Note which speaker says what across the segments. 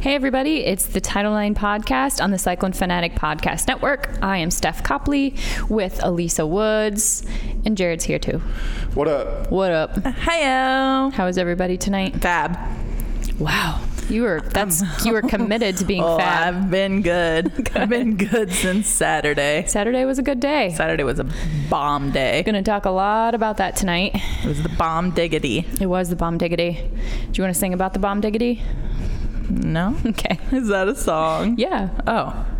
Speaker 1: Hey, everybody, it's the Title IX podcast on the Cyclone Fanatic Podcast Network. I am Steph Copley with Elisa Woods, and Jared's here too.
Speaker 2: What up?
Speaker 1: What up?
Speaker 3: Hiyo.
Speaker 1: How is everybody tonight?
Speaker 3: Fab.
Speaker 1: Wow. You were that's you were committed to being
Speaker 3: Oh,
Speaker 1: fab.
Speaker 3: I've been good. I've been good since Saturday.
Speaker 1: Saturday was a good day.
Speaker 3: Saturday was a bomb day.
Speaker 1: Gonna talk a lot about that tonight.
Speaker 3: It was the bomb diggity.
Speaker 1: It was the bomb diggity. Do you want to sing about the bomb diggity?
Speaker 3: No?
Speaker 1: Okay.
Speaker 3: Is that a song?
Speaker 1: Yeah.
Speaker 2: I
Speaker 3: Oh.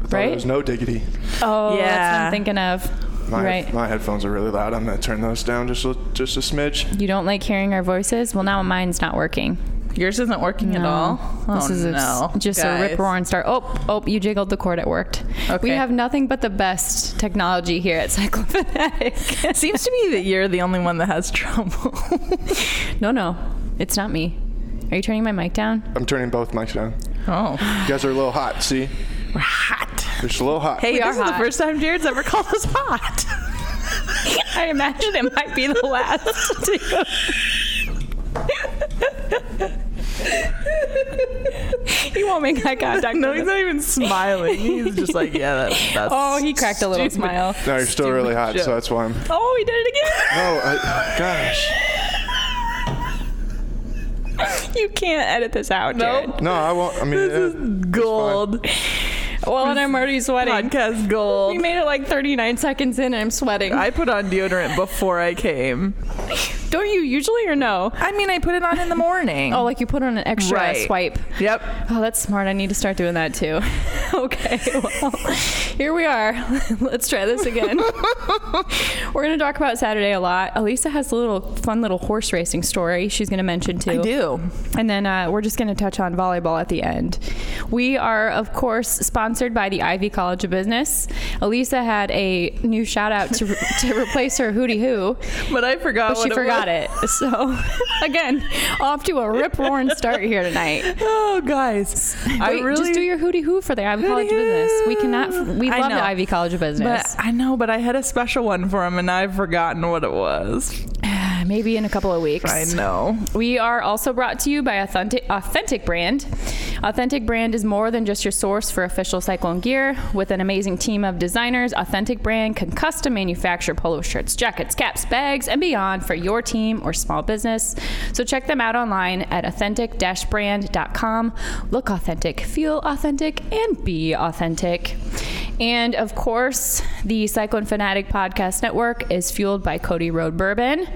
Speaker 2: thought
Speaker 1: Right?
Speaker 2: There's no diggity.
Speaker 1: Oh, that's what
Speaker 3: Yeah.
Speaker 1: I'm thinking of.
Speaker 2: My,
Speaker 1: right.
Speaker 2: my headphones are really loud. I'm gonna turn those down just a, just a smidge.
Speaker 1: You don't like hearing our voices? Well, now mine's not working.
Speaker 3: Yours isn't working at
Speaker 1: No.
Speaker 3: all. Oh,
Speaker 1: this is a-
Speaker 3: no.
Speaker 1: just a
Speaker 3: Guys.
Speaker 1: rip roaring start. Oh, oh, you jiggled the cord. It worked. We
Speaker 3: Okay.
Speaker 1: have nothing but the best technology here at Cyclofanatic.
Speaker 3: It seems to me that you're the only one that has trouble.
Speaker 1: no, no, it's not me. Are you turning my mic down?
Speaker 2: I'm turning both mics down.
Speaker 3: oh.
Speaker 2: You guys are a little hot. See,
Speaker 3: We're hot.
Speaker 2: you're just a little hot.
Speaker 3: Hey,
Speaker 1: We are
Speaker 3: this is
Speaker 1: hot.
Speaker 3: the first time Jared's ever called us hot.
Speaker 1: I imagine it might be the last. you won't make eye contact.
Speaker 3: no, he's not even smiling. He's just like, yeah, that, that's.
Speaker 1: Oh, he cracked a little
Speaker 3: stupid.
Speaker 1: smile.
Speaker 2: No, you're still really hot,
Speaker 3: joke.
Speaker 2: so that's why I'm. No,
Speaker 1: Oh, he did it again.
Speaker 2: I, gosh,
Speaker 1: You can't edit this out, Jared.
Speaker 3: Nope.
Speaker 2: no, I won't. I mean, eh,
Speaker 3: This
Speaker 2: yeah.
Speaker 3: is gold.
Speaker 1: Well, and I'm already sweating.
Speaker 3: Podcast gold.
Speaker 1: We made it like 39 seconds in, and I'm sweating.
Speaker 3: I put on deodorant before I came.
Speaker 1: Don't you usually or no?
Speaker 3: I mean, I put it on in the morning.
Speaker 1: Oh, like you put on an extra
Speaker 3: Right.
Speaker 1: swipe.
Speaker 3: yep.
Speaker 1: Oh, that's smart. I need to start doing that too. okay, well, here we are. Let's try this again. We're going to talk about Saturday a lot. Elisa has a little fun little horse racing story she's going to mention too.
Speaker 3: I do.
Speaker 1: And then uh, we're just going to touch on volleyball at the end. We are, of course, sponsored by the Ivy College of Business. Elisa had a new shout out to, to replace her Hootie Hoo,
Speaker 3: But I forgot.
Speaker 1: but she
Speaker 3: what
Speaker 1: forgot
Speaker 3: it.
Speaker 1: it. So, again, off to a rip roaring start here tonight.
Speaker 3: was. Oh, guys, I
Speaker 1: Wait,
Speaker 3: really.
Speaker 1: just do your Hootie Hoo for the Ivy College of
Speaker 3: Hootie
Speaker 1: Business. We
Speaker 3: Hoo.
Speaker 1: cannot, we
Speaker 3: I
Speaker 1: love
Speaker 3: know.
Speaker 1: the Ivy College of
Speaker 3: but
Speaker 1: Business.
Speaker 3: I know, but I had a special one for him, and I've forgotten what it was.
Speaker 1: Maybe in a couple of weeks.
Speaker 3: I know.
Speaker 1: We are also brought to you by Authentic, Authentic Brand. Authentic Brand is more than just your source for official cyclone gear. With an amazing team of designers, Authentic Brand can custom manufacture polo shirts, jackets, caps, bags, and beyond for your team or small business. So check them out online at authentic brand.com. Look authentic, feel authentic, and be authentic. And of course, the Cyclone Fanatic Podcast Network is fueled by Cody Road Bourbon.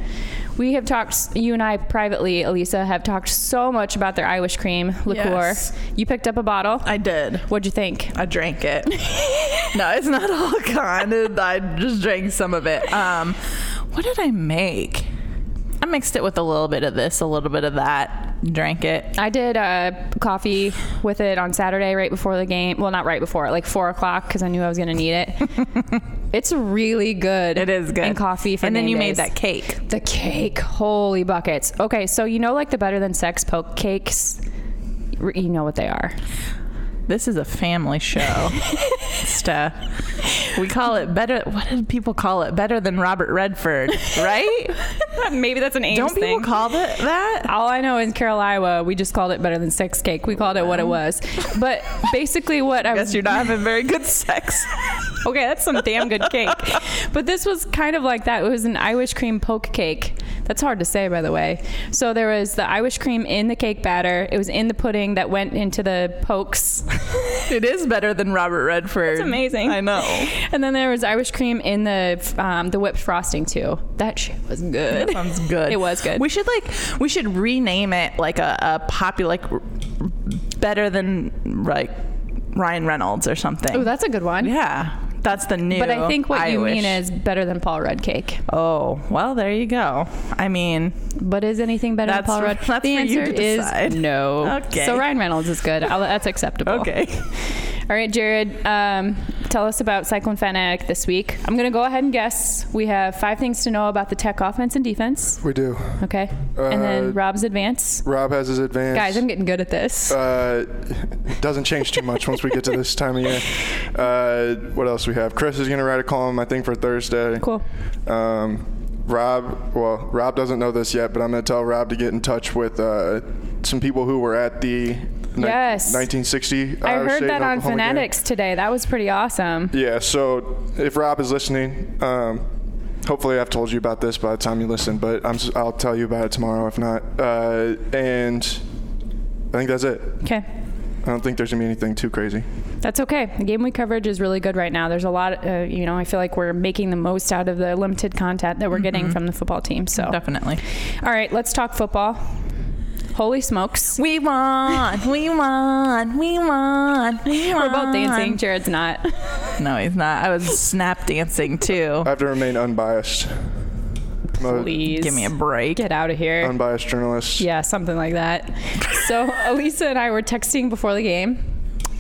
Speaker 1: We have talked, you and I privately, Elisa, have talked so much about their Irish cream liqueur.
Speaker 3: Yes.
Speaker 1: You picked up a bottle.
Speaker 3: I did.
Speaker 1: What'd you think?
Speaker 3: I drank it. no, it's not all gone. It- I just drank some of it. Um, what did I make? I mixed it with a little bit of this, a little bit of that, and drank it.
Speaker 1: I did uh, coffee with it on Saturday right before the game. Well, not right before, like four o'clock, because I knew I was going to need it. it's really good.
Speaker 3: It is good.
Speaker 1: And coffee for
Speaker 3: And then
Speaker 1: game
Speaker 3: you
Speaker 1: days.
Speaker 3: made that cake.
Speaker 1: The cake, holy buckets. Okay, so you know, like the better than sex poke cakes. R- You know what they are.
Speaker 3: This is a family show. Stuff. We call it better. What did people call it? Better than Robert Redford, right?
Speaker 1: Maybe that's an Ames
Speaker 3: Don't people call it that?
Speaker 1: All I know in Carol, Iowa, we just called it better than sex cake. We called it what it was. But basically, what I was
Speaker 3: Guess you're not having very good sex.
Speaker 1: okay, that's some damn good cake. But this was kind of like that. It was an Irish cream poke cake. That's hard to say, by the way. So there was the Irish cream in the cake batter. It was in the pudding that went into the pokes.
Speaker 3: It is better than Robert Redford.
Speaker 1: It's amazing.
Speaker 3: I know.
Speaker 1: And then there was Irish cream in the um, the whipped frosting too. That shit was good.
Speaker 3: That sounds good.
Speaker 1: It was good.
Speaker 3: We should like we should rename it like a, a popular like r- better than like Ryan Reynolds or something.
Speaker 1: Oh, that's a good one.
Speaker 3: yeah. That's the new.
Speaker 1: But I think what you
Speaker 3: Irish.
Speaker 1: mean is better than Paul Rudd cake.
Speaker 3: Oh, well, there you go. I mean,
Speaker 1: But is anything better than
Speaker 3: That's
Speaker 1: Paul
Speaker 3: for-
Speaker 1: Rudd?
Speaker 3: that's
Speaker 1: the
Speaker 3: for
Speaker 1: answer
Speaker 3: you to
Speaker 1: is
Speaker 3: decide.
Speaker 1: no.
Speaker 3: Okay.
Speaker 1: So Ryan Reynolds is good. I'll, that's acceptable.
Speaker 3: okay.
Speaker 1: All right, Jared, um, tell us about Cyclone Fanatic this week. I'm going to go ahead and guess. We have five things to know about the tech offense and defense.
Speaker 2: we do.
Speaker 1: Okay. and
Speaker 2: Uh,
Speaker 1: then Rob's advance.
Speaker 2: Rob has his advance.
Speaker 1: Guys, I'm getting good at this.
Speaker 2: uh, doesn't change too much once we get to this time of year. Uh, what else we have? Chris is gonna write a column, I think, for Thursday.
Speaker 1: cool.
Speaker 2: Um, Rob, well, Rob doesn't know this yet, but I'm going to tell Rob to get in touch with uh, some people who were at the ni- uh,
Speaker 1: Yes.
Speaker 2: 1960.
Speaker 1: I
Speaker 2: Iowa
Speaker 1: heard
Speaker 2: State
Speaker 1: that
Speaker 2: and
Speaker 1: on
Speaker 2: Oklahoma game.
Speaker 1: Fanatics today. That was pretty awesome.
Speaker 2: Yeah, so if Rob is listening, um, hopefully I've told you about this by the time you listen, but I'm, s- I'll tell you about it tomorrow if not. Uh, and I think that's it.
Speaker 1: Okay.
Speaker 2: I don't think there's going to be anything too crazy.
Speaker 1: That's okay. The game week coverage is really good right now. There's a lot, uh, you know, I feel like we're making the most out of the limited content that we're getting from the football team. So,
Speaker 3: Definitely.
Speaker 1: all right, let's talk football. Holy smokes.
Speaker 3: We won. We won. We won. We won.
Speaker 1: We're both dancing. Jared's not.
Speaker 3: No, he's not. I was snap dancing too.
Speaker 2: I have to remain unbiased. I'm a
Speaker 1: Please.
Speaker 3: Give me a break.
Speaker 1: Get out of here.
Speaker 2: unbiased journalist.
Speaker 1: Yeah, something like that. so Elisa and I were texting before the game,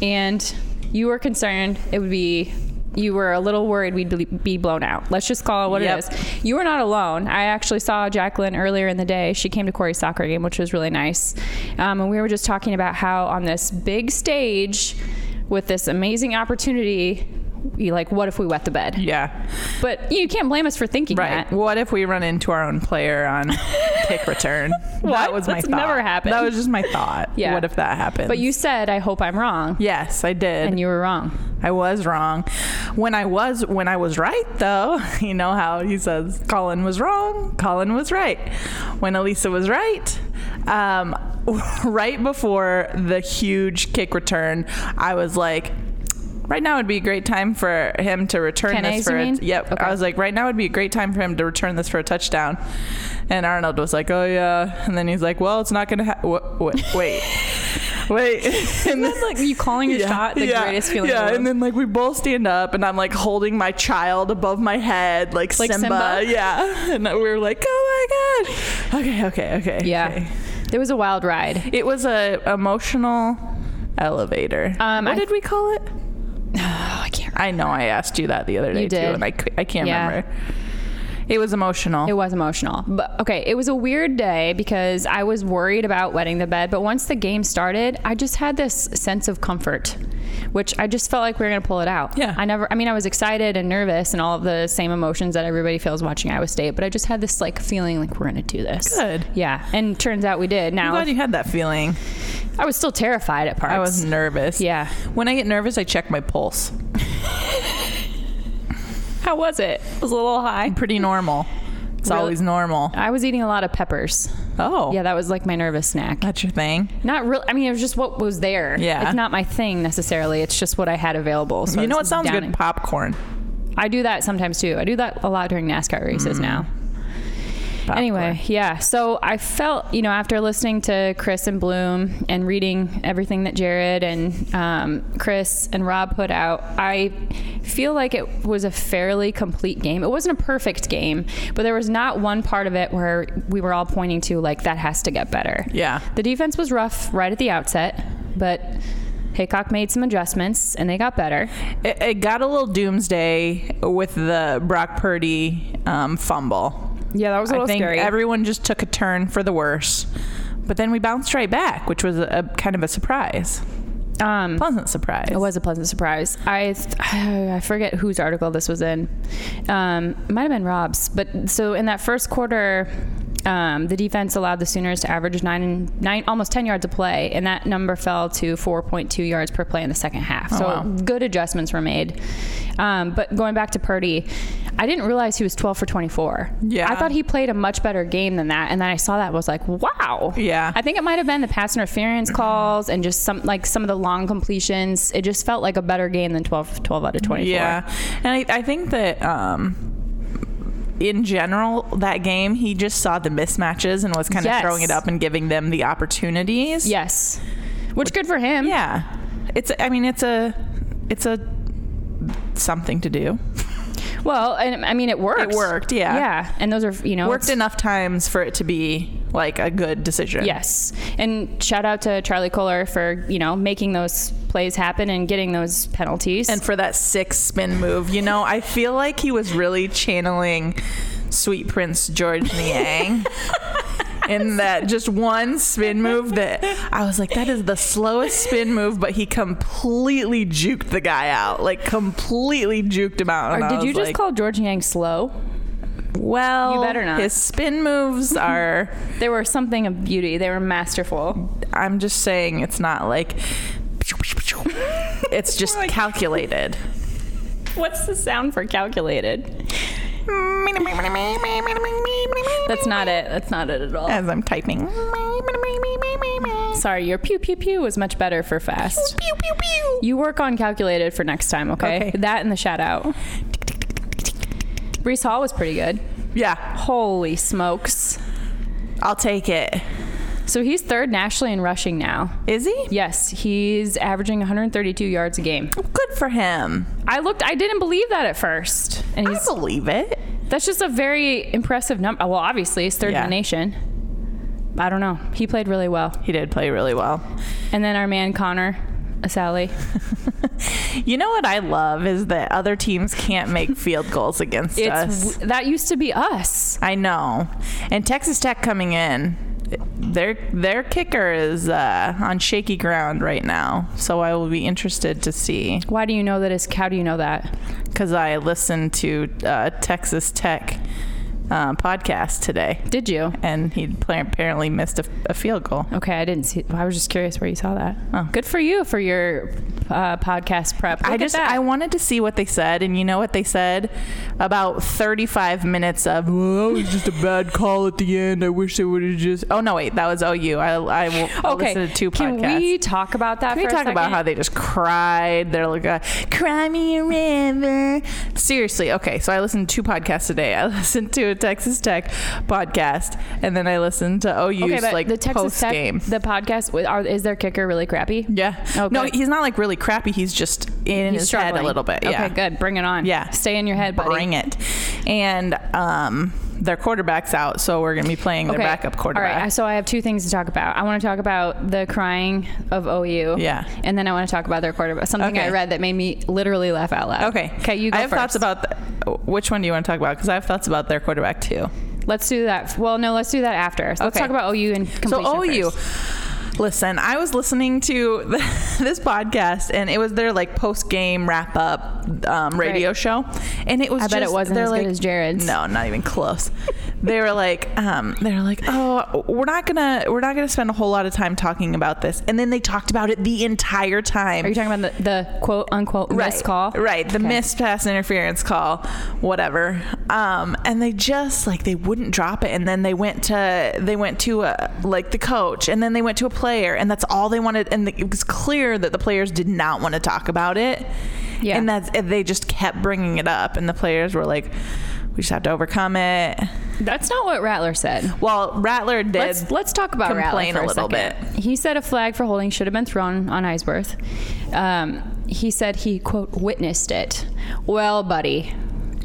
Speaker 1: and you were concerned it would be. You were a little worried we'd bl- be blown out. Let's just call it what
Speaker 3: Yep.
Speaker 1: it is. You were not alone. I actually saw Jacqueline earlier in the day. She came to Corey's soccer game, which was really nice. Um, and we were just talking about how on this big stage, with this amazing opportunity, you like, what if we wet the bed?
Speaker 3: Yeah.
Speaker 1: But you can't blame us for thinking
Speaker 3: Right.
Speaker 1: that.
Speaker 3: What if we run into our own player on kick return?
Speaker 1: What?
Speaker 3: That was my
Speaker 1: That's
Speaker 3: thought.
Speaker 1: never happened.
Speaker 3: That was just my thought.
Speaker 1: Yeah.
Speaker 3: What if that happened?
Speaker 1: But you said, I hope I'm wrong.
Speaker 3: Yes, I did.
Speaker 1: And you were wrong.
Speaker 3: I was wrong. When I was when I was right though, you know how he says Colin was wrong, Colin was right. When Elisa was right, um, right before the huge kick return, I was like Right now would be a great time for him to return
Speaker 1: Kenne's,
Speaker 3: this for
Speaker 1: you
Speaker 3: a,
Speaker 1: mean?
Speaker 3: yep.
Speaker 1: Okay.
Speaker 3: I was like, right now would be a great time for him to return this for a touchdown. And Arnold was like, oh yeah. And then he's like, well, it's not gonna ha- wa- wa- wait, wait. And then-
Speaker 1: That's like you calling your shot the greatest feeling.
Speaker 3: yeah,
Speaker 1: in the world.
Speaker 3: and then like we both stand up, and I'm like holding my child above my head, like,
Speaker 1: Like
Speaker 3: Simba.
Speaker 1: Simba?
Speaker 3: Yeah, and we were like, oh my god. Okay, okay, okay.
Speaker 1: yeah,
Speaker 3: okay.
Speaker 1: there was a wild ride.
Speaker 3: It was a emotional elevator.
Speaker 1: Um,
Speaker 3: what
Speaker 1: I-
Speaker 3: did we call it?
Speaker 1: Oh, I can't.
Speaker 3: I know I asked you that the other day
Speaker 1: You
Speaker 3: too,
Speaker 1: did.
Speaker 3: and I, c- I can't
Speaker 1: Yeah.
Speaker 3: remember. It was emotional.
Speaker 1: It was emotional, but okay, it was a weird day because I was worried about wetting the bed. But once the game started, I just had this sense of comfort, which I just felt like we were gonna pull it out.
Speaker 3: Yeah.
Speaker 1: I never. I mean, I was excited and nervous and all of the same emotions that everybody feels watching Iowa State, but I just had this like feeling like we're gonna do this.
Speaker 3: Good.
Speaker 1: Yeah, and turns out we did.
Speaker 3: I'm
Speaker 1: Now
Speaker 3: glad you had that feeling.
Speaker 1: I was still terrified at parts.
Speaker 3: I was nervous.
Speaker 1: Yeah.
Speaker 3: When I get nervous, I check my pulse.
Speaker 1: How was it? It was a little high.
Speaker 3: Pretty normal. It's
Speaker 1: Really?
Speaker 3: always normal.
Speaker 1: I was eating a lot of peppers.
Speaker 3: Oh,
Speaker 1: Yeah, that was like my nervous snack.
Speaker 3: that's your thing.
Speaker 1: Not real. I mean, it was just what was there.
Speaker 3: Yeah.
Speaker 1: it's not my thing necessarily. It's just what I had available. So
Speaker 3: you
Speaker 1: I
Speaker 3: know what
Speaker 1: was
Speaker 3: sounds
Speaker 1: downing-
Speaker 3: good? Popcorn.
Speaker 1: I do that sometimes too. I do that a lot during NASCAR races now.
Speaker 3: Popcorn.
Speaker 1: Anyway, yeah. So I felt, you know, after listening to Chris and Bloom and reading everything that Jared and um, Chris and Rob put out, I feel like it was a fairly complete game. It wasn't a perfect game, but there was not one part of it where we were all pointing to like that has to get better.
Speaker 3: Yeah.
Speaker 1: The defense was rough right at the outset, but Haycock made some adjustments and they got better.
Speaker 3: It, it got a little doomsday with the Brock Purdy um, fumble.
Speaker 1: Yeah, that was a
Speaker 3: I think everyone just took a turn for the worse. But then we bounced right back, which was a, a kind of a surprise,
Speaker 1: um,
Speaker 3: pleasant surprise.
Speaker 1: It was a pleasant surprise. I th- I forget whose article this was in. Um, it might have been Rob's, but so in that first quarter. Um, the defense allowed the Sooners to average nine, nine, almost ten yards a play, and that number fell to four point two yards per play in the second half. so
Speaker 3: Oh, wow.
Speaker 1: good adjustments were made. Um, but going back to Purdy, I didn't realize he was twelve for twenty four.
Speaker 3: Yeah.
Speaker 1: I thought he played a much better game than that, and then I saw that and was like, wow.
Speaker 3: Yeah.
Speaker 1: I think it might have been the pass interference calls and just some like some of the long completions. It just felt like a better game than 12, 12 out of 24.
Speaker 3: Yeah, and I, I think that um, in general, that game he just saw the mismatches and was kind
Speaker 1: Yes.
Speaker 3: of throwing it up and giving them the opportunities.
Speaker 1: Yes. Which good for him.
Speaker 3: yeah. It's. I mean, it's a, it's a, something to do.
Speaker 1: Oh, Well, and I mean it worked.
Speaker 3: It worked, yeah.
Speaker 1: Yeah. And those are you know
Speaker 3: worked
Speaker 1: it's-
Speaker 3: enough times for it to be like a good decision.
Speaker 1: Yes. And shout out to Charlie Kohler for, you know, making those plays happen and getting those penalties.
Speaker 3: And for that six spin move, you know, I feel like he was really channeling Sweet Prince George Niang. In that just one spin move that I was like, that is the slowest spin move, but he completely juked the guy out. Like completely juked him out. And
Speaker 1: or
Speaker 3: I
Speaker 1: did you
Speaker 3: was
Speaker 1: just
Speaker 3: like,
Speaker 1: call George Yang slow?
Speaker 3: well.
Speaker 1: You better not.
Speaker 3: His spin moves are.
Speaker 1: They were something of beauty. They were masterful.
Speaker 3: I'm just saying, it's not like. It's just
Speaker 1: like-
Speaker 3: calculated.
Speaker 1: What's the sound for calculated? That's not it. That's not it at all.
Speaker 3: As I'm typing.
Speaker 1: Sorry, your pew pew pew was much better for fast.
Speaker 3: Pew, pew, pew.
Speaker 1: You work on calculated for next time, okay?
Speaker 3: Okay.
Speaker 1: That and the shout out. Brees Hall was pretty good.
Speaker 3: Yeah,
Speaker 1: Holy smokes.
Speaker 3: I'll take it.
Speaker 1: So he's third nationally in rushing now.
Speaker 3: Is he?
Speaker 1: Yes, he's averaging 132 yards a game.
Speaker 3: Good for him.
Speaker 1: I looked, I didn't believe that at first. And
Speaker 3: I
Speaker 1: he's,
Speaker 3: believe it.
Speaker 1: that's just a very impressive number. Well, obviously, he's third in
Speaker 3: Yeah.
Speaker 1: the nation. I don't know. He played really well.
Speaker 3: He did play really well.
Speaker 1: And then our man, Connor Sally.
Speaker 3: You know what I love is that other teams can't make field goals against
Speaker 1: It's,
Speaker 3: us.
Speaker 1: that used to be us.
Speaker 3: I know. And Texas Tech coming in, their their kicker is uh, on shaky ground right now. So I will be interested to see
Speaker 1: Why do you know that is? How do you know that?
Speaker 3: because I listened to uh, Texas Tech uh, podcast today,
Speaker 1: Did you?
Speaker 3: and he pla- apparently missed a, a field goal.
Speaker 1: Okay, I didn't see. I was just curious where you saw that. Good for you for your uh, podcast prep. Look
Speaker 3: Oh. I
Speaker 1: at
Speaker 3: just
Speaker 1: that.
Speaker 3: I wanted to see what they said, and you know what they said? About 35 minutes of well, that was just a bad call at the end. I wish they would have just. Oh no, wait, that was OU. I I will I'll
Speaker 1: okay.
Speaker 3: listen to two podcasts.
Speaker 1: Can we talk about that?
Speaker 3: Can we
Speaker 1: for a
Speaker 3: talk about
Speaker 1: second?
Speaker 3: how they just cried? They're like, uh, "Cry me a river." Seriously, okay. So I listened to two podcasts today. I listened to a Texas Tech podcast, and then I listened to OU's
Speaker 1: Okay, but
Speaker 3: like
Speaker 1: the Texas
Speaker 3: post
Speaker 1: Tech,
Speaker 3: game.
Speaker 1: the podcast. with- Are, is their kicker really crappy?
Speaker 3: Yeah.
Speaker 1: Okay.
Speaker 3: No, he's not like really crappy. He's just in
Speaker 1: Oh, He's
Speaker 3: his
Speaker 1: struggling
Speaker 3: head a little bit. Yeah.
Speaker 1: Okay, good. Bring it on.
Speaker 3: Yeah.
Speaker 1: Stay in your head, buddy.
Speaker 3: Bring it. And um, their quarterback's out, so we're gonna be playing their
Speaker 1: Okay.
Speaker 3: backup quarterback.
Speaker 1: All right. So I have two things to talk about. I want to talk about the crying of OU.
Speaker 3: Yeah.
Speaker 1: And then I want to talk about their quarterback. Something
Speaker 3: Okay.
Speaker 1: I read that made me literally laugh out loud.
Speaker 3: Okay.
Speaker 1: Okay. You go
Speaker 3: I have
Speaker 1: first.
Speaker 3: thoughts about the, which one do you want to talk about? Because I have thoughts about their quarterback too.
Speaker 1: Let's do that. Well, no, let's do that after. So Let's
Speaker 3: Okay.
Speaker 1: talk about OU and completion
Speaker 3: so OU.
Speaker 1: first.
Speaker 3: Listen, I was listening to this podcast, and it was their like post game wrap up um, radio
Speaker 1: Right.
Speaker 3: show, and it was.
Speaker 1: I bet it
Speaker 3: just-
Speaker 1: wasn't
Speaker 3: they're
Speaker 1: as good
Speaker 3: like,
Speaker 1: as Jared's.
Speaker 3: No, not even close. they were like, um, they were like, oh, we're not gonna, we're not gonna spend a whole lot of time talking about this, and then they talked about it the entire time.
Speaker 1: Are you talking about the, the quote unquote missed call?
Speaker 3: Right, the
Speaker 1: Okay.
Speaker 3: missed pass interference call, whatever. Um, and they just like they wouldn't drop it, and then they went to they went to a, like the coach, and then they went to a player, and that's all they wanted. And it was clear that the players did not want to talk about it.
Speaker 1: Yeah.
Speaker 3: and that's and they just kept bringing it up, and the players were like, "We just have to overcome it."
Speaker 1: That's not what Rattler said.
Speaker 3: Well, Rattler did.
Speaker 1: Let's, let's talk about
Speaker 3: complain
Speaker 1: Rattler
Speaker 3: a
Speaker 1: for
Speaker 3: little
Speaker 1: second. He said a flag for holding should have been thrown on Eisworth. Um, he said he quote witnessed it. Well, buddy.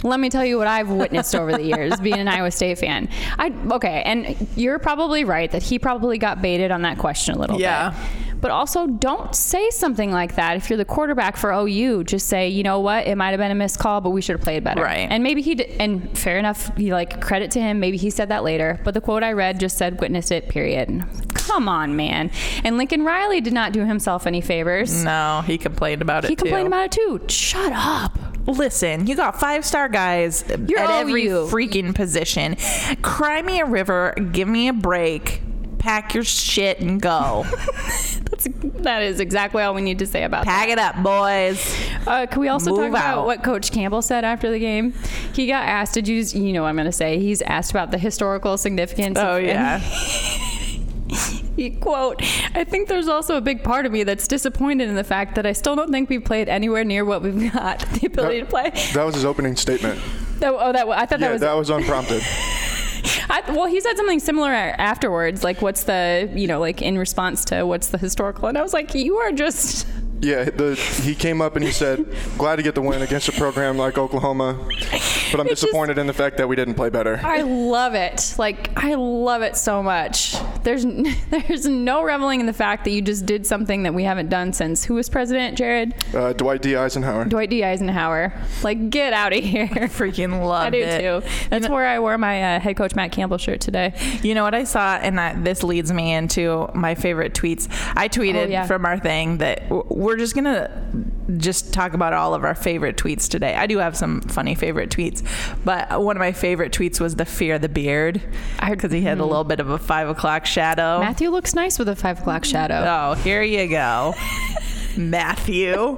Speaker 1: Let me tell you what I've witnessed over the years being an Iowa State fan. I okay, and you're probably right that he probably got baited on that question a little
Speaker 3: Yeah.
Speaker 1: bit. But also, don't say something like that. If you're the quarterback for OU, just say, you know what, it might have been a missed call, but we should have played better.
Speaker 3: Right.
Speaker 1: And maybe he did. And fair enough, he like credit to him. Maybe he said that later. But the quote I read just said, "Witness it." Period. And I was like, Come on, man. And Lincoln Riley did not do himself any favors.
Speaker 3: no, he complained about it.
Speaker 1: he complained
Speaker 3: too.
Speaker 1: about it too. Shut up.
Speaker 3: Listen, you got five star guys
Speaker 1: You're
Speaker 3: at every
Speaker 1: OU.
Speaker 3: freaking position. Cry me a river, give me a break, pack your shit and go.
Speaker 1: That's that is exactly all we need to say about that.
Speaker 3: pack it up, boys.
Speaker 1: Uh, can we also talk
Speaker 3: Move
Speaker 1: about
Speaker 3: out.
Speaker 1: what Coach Campbell said after the game? He got asked. Did you? You know, what I'm going to say he's asked about the historical significance.
Speaker 3: Oh,
Speaker 1: of- and He quote, I think there's also a big part of me that's disappointed in the fact that I still don't think we've played anywhere near what we've got the ability to play.
Speaker 2: That was his opening statement.
Speaker 1: That, oh, that I thought
Speaker 2: yeah,
Speaker 1: that was.
Speaker 2: unprompted.
Speaker 1: I, well, he said something similar afterwards, like what's the you know like in response to what's the historical, and I was like, you are just
Speaker 2: yeah, the, he came up and he said, "Glad to get the win against a program like Oklahoma, but I'm
Speaker 1: It just-
Speaker 2: disappointed in the fact that we didn't play better."
Speaker 1: I love it. Like I love it so much. There's n- there's no reveling in the fact that you just did something that we haven't done since who was president, Jared
Speaker 2: Uh, Dwight D. Eisenhower.
Speaker 1: Dwight D Eisenhower. Like get out of here.
Speaker 3: Freaking love
Speaker 1: I do too. That's where I wore my uh, head coach Matt Campbell shirt today.
Speaker 3: You know what I saw, and that this leads me into my favorite tweets. I tweeted
Speaker 1: yeah.
Speaker 3: from our thing that w- we're just gonna just talk about all of our favorite tweets today. I do have some funny favorite tweets, but one of my favorite tweets was the fear of the beard because he had a little bit of a five o'clock shadow.
Speaker 1: Mm-hmm. Matthew looks nice with a five o'clock shadow.
Speaker 3: Oh, here you go. Matthew,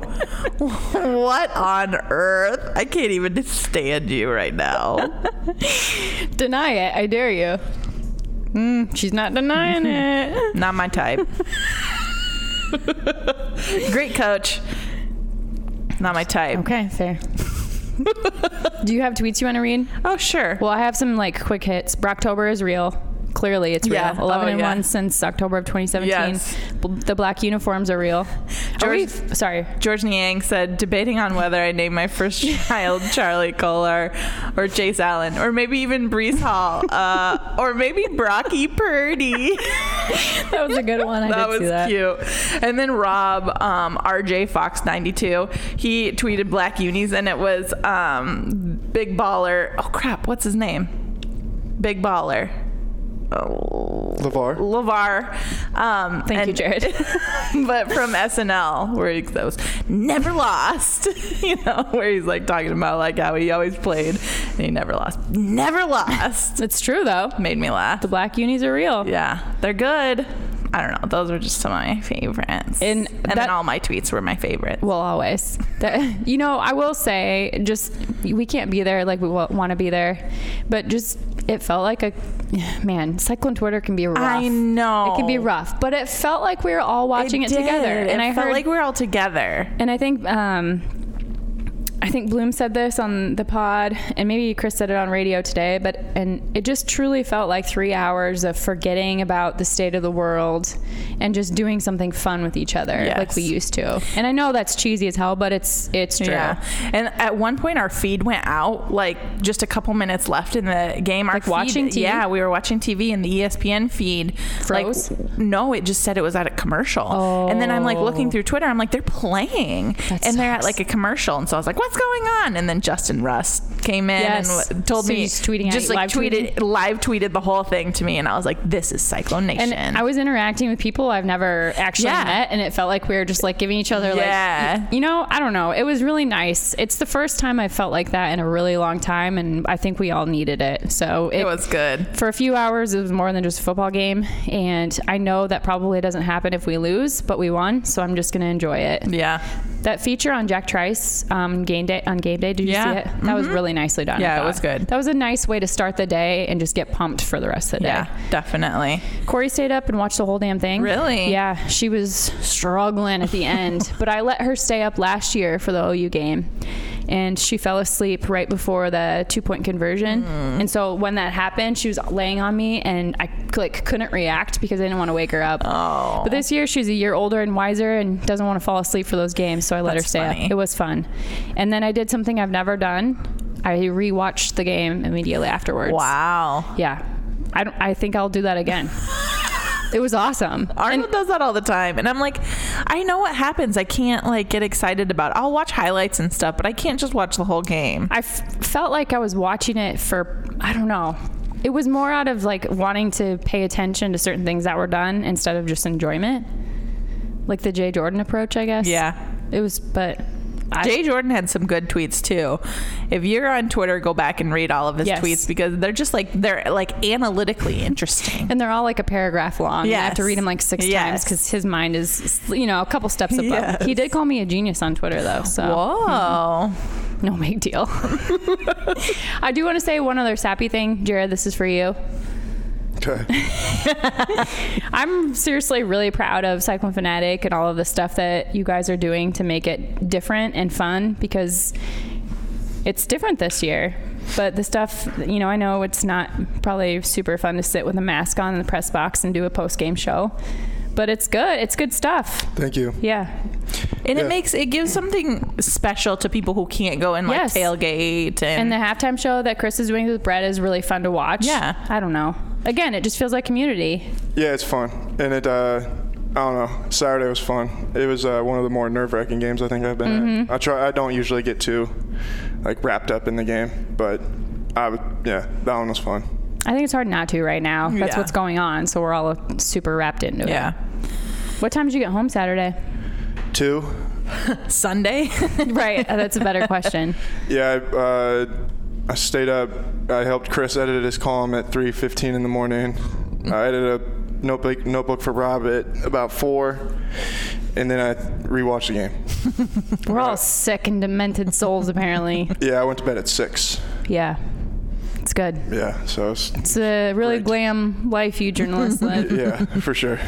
Speaker 3: what on earth? I can't even stand you right now.
Speaker 1: Deny it. I dare you. Mm, she's not denying it.
Speaker 3: Not my type. Great coach. Not my type.
Speaker 1: Okay, fair. Do you have tweets you want to read?
Speaker 3: Oh, sure.
Speaker 1: Well, I have some like quick hits. Brocktober is real. Clearly, it's real.
Speaker 3: Yeah.
Speaker 1: 11
Speaker 3: Oh,
Speaker 1: and
Speaker 3: yeah.
Speaker 1: 1 since October of 2017.
Speaker 3: Yes.
Speaker 1: B- the black uniforms are real. Are we- sorry.
Speaker 3: George Niang said, debating on whether I name my first child Charlie Kohler or Chase Allen, or maybe even Brees Hall, uh, or maybe Brocky Purdy.
Speaker 1: That was a good one. I
Speaker 3: that
Speaker 1: did
Speaker 3: was
Speaker 1: see that.
Speaker 3: cute. And then Rob, um, RJ Fox 92, he tweeted black unis and it was um, Big Baller. Oh, crap. What's his name? Big Baller. Oh,
Speaker 2: LeVar.
Speaker 3: LeVar. Um,
Speaker 1: Thank you,
Speaker 3: and-
Speaker 1: Jared.
Speaker 3: but from SNL, where he goes, never lost, you know, where he's like talking about like how he always played and he never lost. Never lost.
Speaker 1: it's true, though.
Speaker 3: Made me laugh.
Speaker 1: The black unis are real.
Speaker 3: Yeah, they're good. I don't know. Those were just some of my favorites.
Speaker 1: And that-
Speaker 3: then all my tweets were my favorites.
Speaker 1: Well, always. That, you know, I will say, just we can't be there like we want to be there, but just it felt like a man. Cyclone Twitter can be rough.
Speaker 3: I know.
Speaker 1: it can be rough, but it felt like we were all watching it,
Speaker 3: did.
Speaker 1: together. And I
Speaker 3: felt
Speaker 1: heard,
Speaker 3: like we're all together.
Speaker 1: and I think, um, I think Bloom said this on the pod, and maybe Chris said it on radio today. But and it just truly felt like three hours of forgetting about the state of the world and just doing something fun with each other,
Speaker 3: Yes.
Speaker 1: like we used to. And I know that's cheesy as hell, but it's it's true.
Speaker 3: Yeah. And at one point, our feed went out, like just a couple minutes left in the game. Our
Speaker 1: Like watching
Speaker 3: feed-
Speaker 1: TV?
Speaker 3: Yeah, we were watching TV and the E ESPN feed.
Speaker 1: Froze?
Speaker 3: Like, no, it just said it was at a commercial. And then I'm like
Speaker 1: Oh.
Speaker 3: looking through Twitter, I'm like, they're playing.
Speaker 1: That
Speaker 3: and they're at
Speaker 1: sucks.
Speaker 3: like a commercial. And so I was like, what's going on? And then Justin Rust came in
Speaker 1: Yes.
Speaker 3: and w- told
Speaker 1: So
Speaker 3: me,
Speaker 1: he's tweeting at
Speaker 3: just
Speaker 1: you,
Speaker 3: like
Speaker 1: live
Speaker 3: tweeted, live tweeted the whole thing to me. And I was like, this is Cyclone Nation.
Speaker 1: And I was interacting with people I've never actually
Speaker 3: Yeah.
Speaker 1: met, and it felt like we were just like giving each other
Speaker 3: Yeah.
Speaker 1: like, you know, I don't know. It was really nice. It's the first time I felt like that in a really long time, and I think we all needed it. So
Speaker 3: it was good.
Speaker 1: for a few hours. It was more than just a football game, and I know that probably doesn't happen if we lose, but we won, so I'm just gonna enjoy it.
Speaker 3: Yeah.
Speaker 1: That feature on Jack Trice um, game day on game day. Did you
Speaker 3: Yeah. Mm-hmm.
Speaker 1: see it? That was really nicely done. I
Speaker 3: Yeah, it was
Speaker 1: thought.
Speaker 3: good.
Speaker 1: That was a nice way to start the day and just get pumped for the rest of the day.
Speaker 3: Yeah, definitely.
Speaker 1: Corey stayed up and watched the whole damn thing.
Speaker 3: Really?
Speaker 1: Yeah, she was struggling at the end, but I let her stay up last year for the OU game. And she fell asleep right before the two-point conversion,
Speaker 3: Mm.
Speaker 1: and so when that happened, she was laying on me, and I like couldn't react because I didn't want to wake her up. Oh! But this year, she's a year older and wiser, and doesn't want to fall asleep for those games, so I let her
Speaker 3: That's
Speaker 1: stay
Speaker 3: funny.
Speaker 1: up. It was fun, and then I did something I've never done. I rewatched the game immediately afterwards.
Speaker 3: Wow.
Speaker 1: Yeah. I don't I think I'll do that again. it was awesome.
Speaker 3: Arnold does that all the time, and I'm like, I know what happens. I can't like get excited about. It. I'll watch highlights and stuff, but I can't just watch the whole game.
Speaker 1: I f- felt like I was watching it for I don't know. It was more out of like wanting to pay attention to certain things that were done instead of just enjoyment. Like the Jay Jordan approach, I guess.
Speaker 3: Yeah.
Speaker 1: It was but I,
Speaker 3: Jay Jordan had some good tweets too. If you're on Twitter, go back and read all of his
Speaker 1: Yes.
Speaker 3: tweets because they're just like they're like analytically interesting.
Speaker 1: and they're all like a paragraph long. Yeah, I have to
Speaker 3: Yes.
Speaker 1: read them like six
Speaker 3: Yes.
Speaker 1: times because his mind is, you know, a couple steps above.
Speaker 3: Yes.
Speaker 1: He did call me a genius on Twitter though, so
Speaker 3: Whoa.
Speaker 1: No big deal. I do want to say one other sappy thing, Jared. This is for you.
Speaker 2: Okay.
Speaker 1: I'm seriously really proud of Cyclone Fanatic and all of the stuff that you guys are doing to make it different and fun because it's different this year. But the stuff, you know, I know it's not probably super fun to sit with a mask on in the press box and do a post game show, but it's good. It's good stuff.
Speaker 2: Thank you.
Speaker 1: Yeah.
Speaker 3: And
Speaker 2: Yeah.
Speaker 3: it makes it gives something special to people who can't go and like
Speaker 1: Yes.
Speaker 3: tailgate
Speaker 1: And
Speaker 3: and,
Speaker 1: the halftime show that Chris is doing with Brett is really fun to watch.
Speaker 3: Yeah.
Speaker 1: I don't know. Again, it just feels like community.
Speaker 2: Yeah, it's fun, and it. Uh, I don't know. Saturday was fun. It was uh, one of the more nerve-wracking games I think I've been in. I try. I don't usually get too like wrapped up in the game, but I would. Yeah, that one was fun.
Speaker 1: I think it's hard not to right now. That's
Speaker 3: Yeah.
Speaker 1: what's going on. So we're all super wrapped into
Speaker 3: yeah.
Speaker 1: it. What time did you get home Saturday?
Speaker 2: Two.
Speaker 3: Sunday?
Speaker 1: right. uh, That's a better question.
Speaker 2: Yeah, I, uh, I stayed up. I helped Chris edit his column at 3:15 in the morning. I edited a notebook notebook for Rob at about four, and then I rewatched the game.
Speaker 1: We're all sick and demented souls, apparently.
Speaker 2: Yeah, I went to bed at six.
Speaker 1: Yeah. It's good.
Speaker 2: Yeah, so it's,
Speaker 1: It's a really
Speaker 2: Great.
Speaker 1: glam life you journalists live.
Speaker 2: yeah for sure.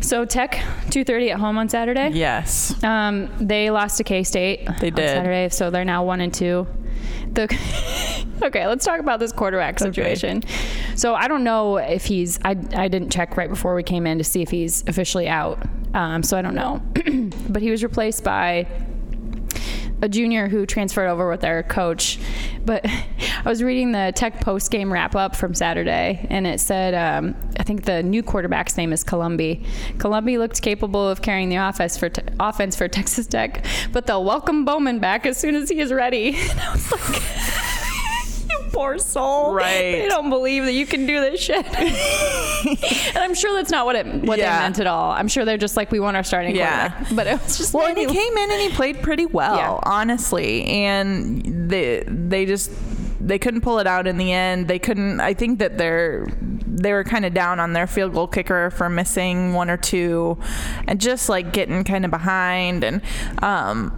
Speaker 1: So Tech, 2:30 at home on Saturday.
Speaker 3: yes.
Speaker 1: Um, they lost to K State.
Speaker 3: They did.
Speaker 1: on Saturday, so they're now one and two. The okay, let's talk about this quarterback situation. So I don't know if he's. I I didn't check right before we came in to see if he's officially out. Um, so I don't know, but he was replaced by a junior who transferred over with their coach. But I was reading the Tech post game wrap up from Saturday, and it said, um, I think the new quarterback's name is Columbi. Columbi looked capable of carrying the office for te- offense for Texas Tech, but they'll welcome Bowman back as soon as he is ready. And I was like. you Poor soul.
Speaker 3: Right.
Speaker 1: They don't believe that you can do this shit. and I'm sure that's not what it what
Speaker 3: Yeah.
Speaker 1: they meant at all. I'm sure they're just like we want our starting
Speaker 3: Yeah.
Speaker 1: quarterback. But it was just
Speaker 3: Well,
Speaker 1: made
Speaker 3: and he
Speaker 1: me
Speaker 3: came in and he played pretty well,
Speaker 1: Yeah.
Speaker 3: honestly. And they they just they couldn't pull it out in the end. They couldn't. I think that they're they were kind of down on their field goal kicker for missing one or two, and just like getting kind of behind. And um,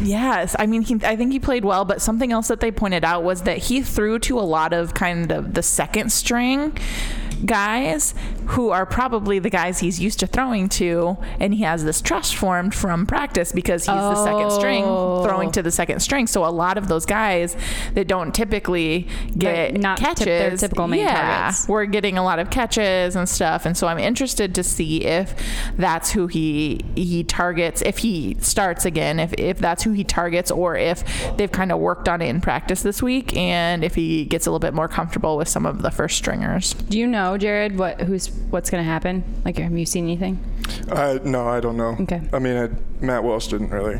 Speaker 3: Yes, I mean, he, I think he played well, but something else that they pointed out was that he threw to a lot of kind of the second string guys who are probably the guys he's used to throwing to, and he has this trust formed from practice because he's the second string
Speaker 1: Oh.
Speaker 3: throwing to the second string. So a lot of those guys that don't typically get
Speaker 1: They're not tip-
Speaker 3: catches,
Speaker 1: they're typical main
Speaker 3: yeah,
Speaker 1: targets.
Speaker 3: we're getting a lot of catches and stuff, and so I'm interested to see if that's who he he targets, if he starts again, if if that's who he targets, or if they've kind of worked on it in practice this week, and if he gets a little bit more comfortable with some of the first stringers.
Speaker 1: Do you know, Jared, what who's what's gonna happen? Like, have you seen anything?
Speaker 2: Uh, no, I don't know.
Speaker 1: Okay.
Speaker 2: I mean, I, Matt Welsh didn't really.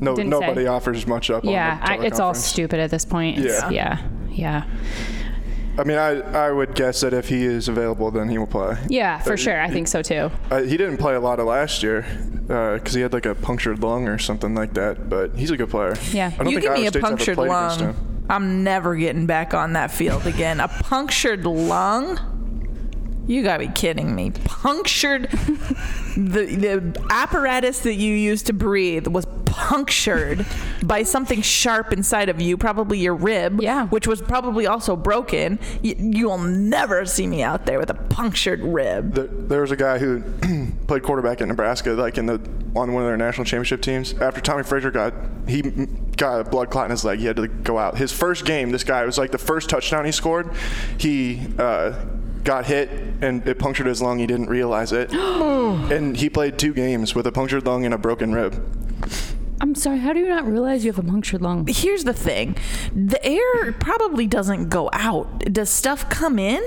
Speaker 2: No,
Speaker 1: Didn't say.
Speaker 2: nobody offers much up.
Speaker 1: yeah,
Speaker 2: on
Speaker 1: I,
Speaker 2: the
Speaker 1: it's all
Speaker 2: teleconference.
Speaker 1: stupid at this point. It's- yeah, yeah,
Speaker 2: I mean, I I would guess that if he is available, then he will play.
Speaker 1: yeah, for sure. I think so too.
Speaker 2: Uh, he didn't play a lot of last year because he had like a punctured lung or something like that. But he's a good player.
Speaker 1: Yeah.
Speaker 2: I don't
Speaker 3: you
Speaker 2: think
Speaker 3: give
Speaker 2: Iowa
Speaker 3: me a
Speaker 2: State's ever
Speaker 3: punctured
Speaker 2: played against
Speaker 3: lung,
Speaker 2: him.
Speaker 3: I'm never getting back on that field again. a punctured lung. You gotta be kidding me. Punctured the the apparatus that you used to breathe was punctured by something sharp inside of you, probably your rib,
Speaker 1: Yeah.
Speaker 3: which was probably also broken. You, you'll never see me out there with a punctured rib.
Speaker 2: There, there was a guy who played quarterback at Nebraska, like in the on one of their national championship teams. After Tommy Frazier got he m- got a blood clot in his leg, he had to go out. His first game, this guy it was like the first touchdown he scored. He uh, got hit and it punctured his lung. He didn't realize it, and he played two games with a punctured lung and a broken rib.
Speaker 1: I'm sorry. How do you not realize you have a punctured lung?
Speaker 3: here's the thing the air probably doesn't go out does stuff come in